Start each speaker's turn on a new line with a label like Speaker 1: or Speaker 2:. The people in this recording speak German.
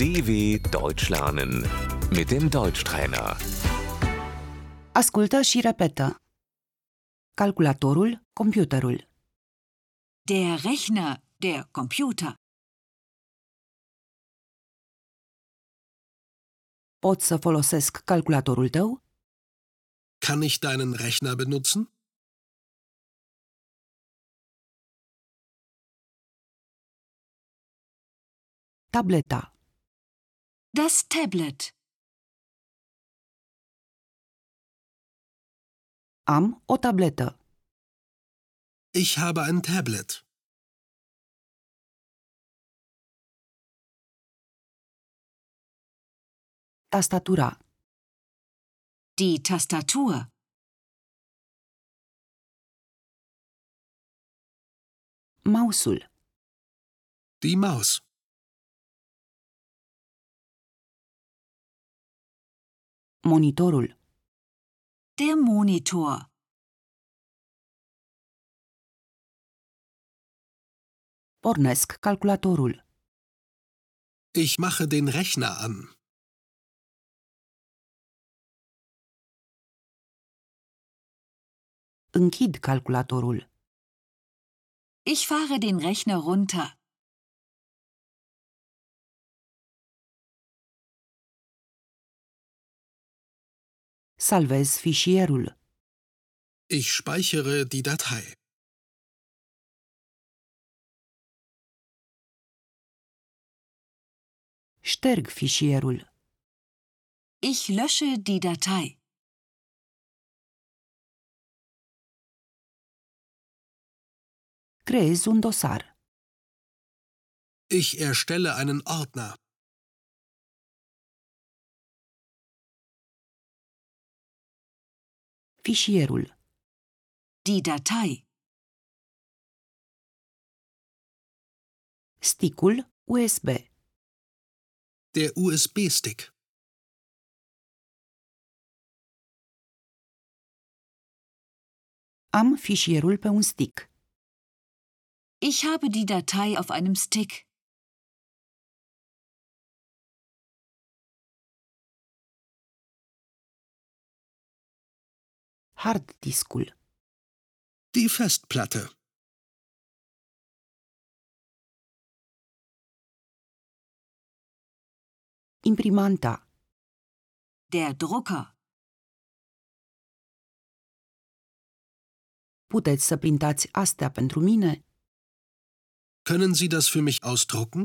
Speaker 1: DW Deutsch lernen mit dem Deutschtrainer.
Speaker 2: Ascultă și repetă. Calculatorul, computerul.
Speaker 3: Der Rechner, der Computer.
Speaker 2: Pot să folosesc calculatorul tău?
Speaker 4: Kann ich deinen Rechner benutzen?
Speaker 2: Tableta.
Speaker 3: Das Tablet.
Speaker 2: Am o tabletă.
Speaker 4: Ich habe ein Tablet.
Speaker 2: Tastatura.
Speaker 3: Die Tastatur.
Speaker 2: Mausul.
Speaker 4: Die Maus.
Speaker 2: Monitorul.
Speaker 3: Der Monitor.
Speaker 2: Pornesc calculatorul.
Speaker 4: Ich mache den Rechner an.
Speaker 2: Închid calculatorul.
Speaker 3: Ich fahre den Rechner runter.
Speaker 2: Salvez fișierul.
Speaker 4: Ich speichere die Datei.
Speaker 2: Șterg fișierul.
Speaker 3: Ich lösche die Datei.
Speaker 2: Creez un dosar.
Speaker 4: Ich erstelle einen Ordner.
Speaker 2: Fișierul.
Speaker 3: Die Datei.
Speaker 2: Sticul USB.
Speaker 4: Der USB-Stick.
Speaker 2: Am fișierul pe un stick.
Speaker 3: Ich habe die Datei auf einem Stick.
Speaker 2: Harddiscul.
Speaker 4: Die Festplatte.
Speaker 2: Imprimanta.
Speaker 3: Der Drucker.
Speaker 2: Puteți să printați astea pentru mine?
Speaker 4: Können Sie das für mich ausdrucken?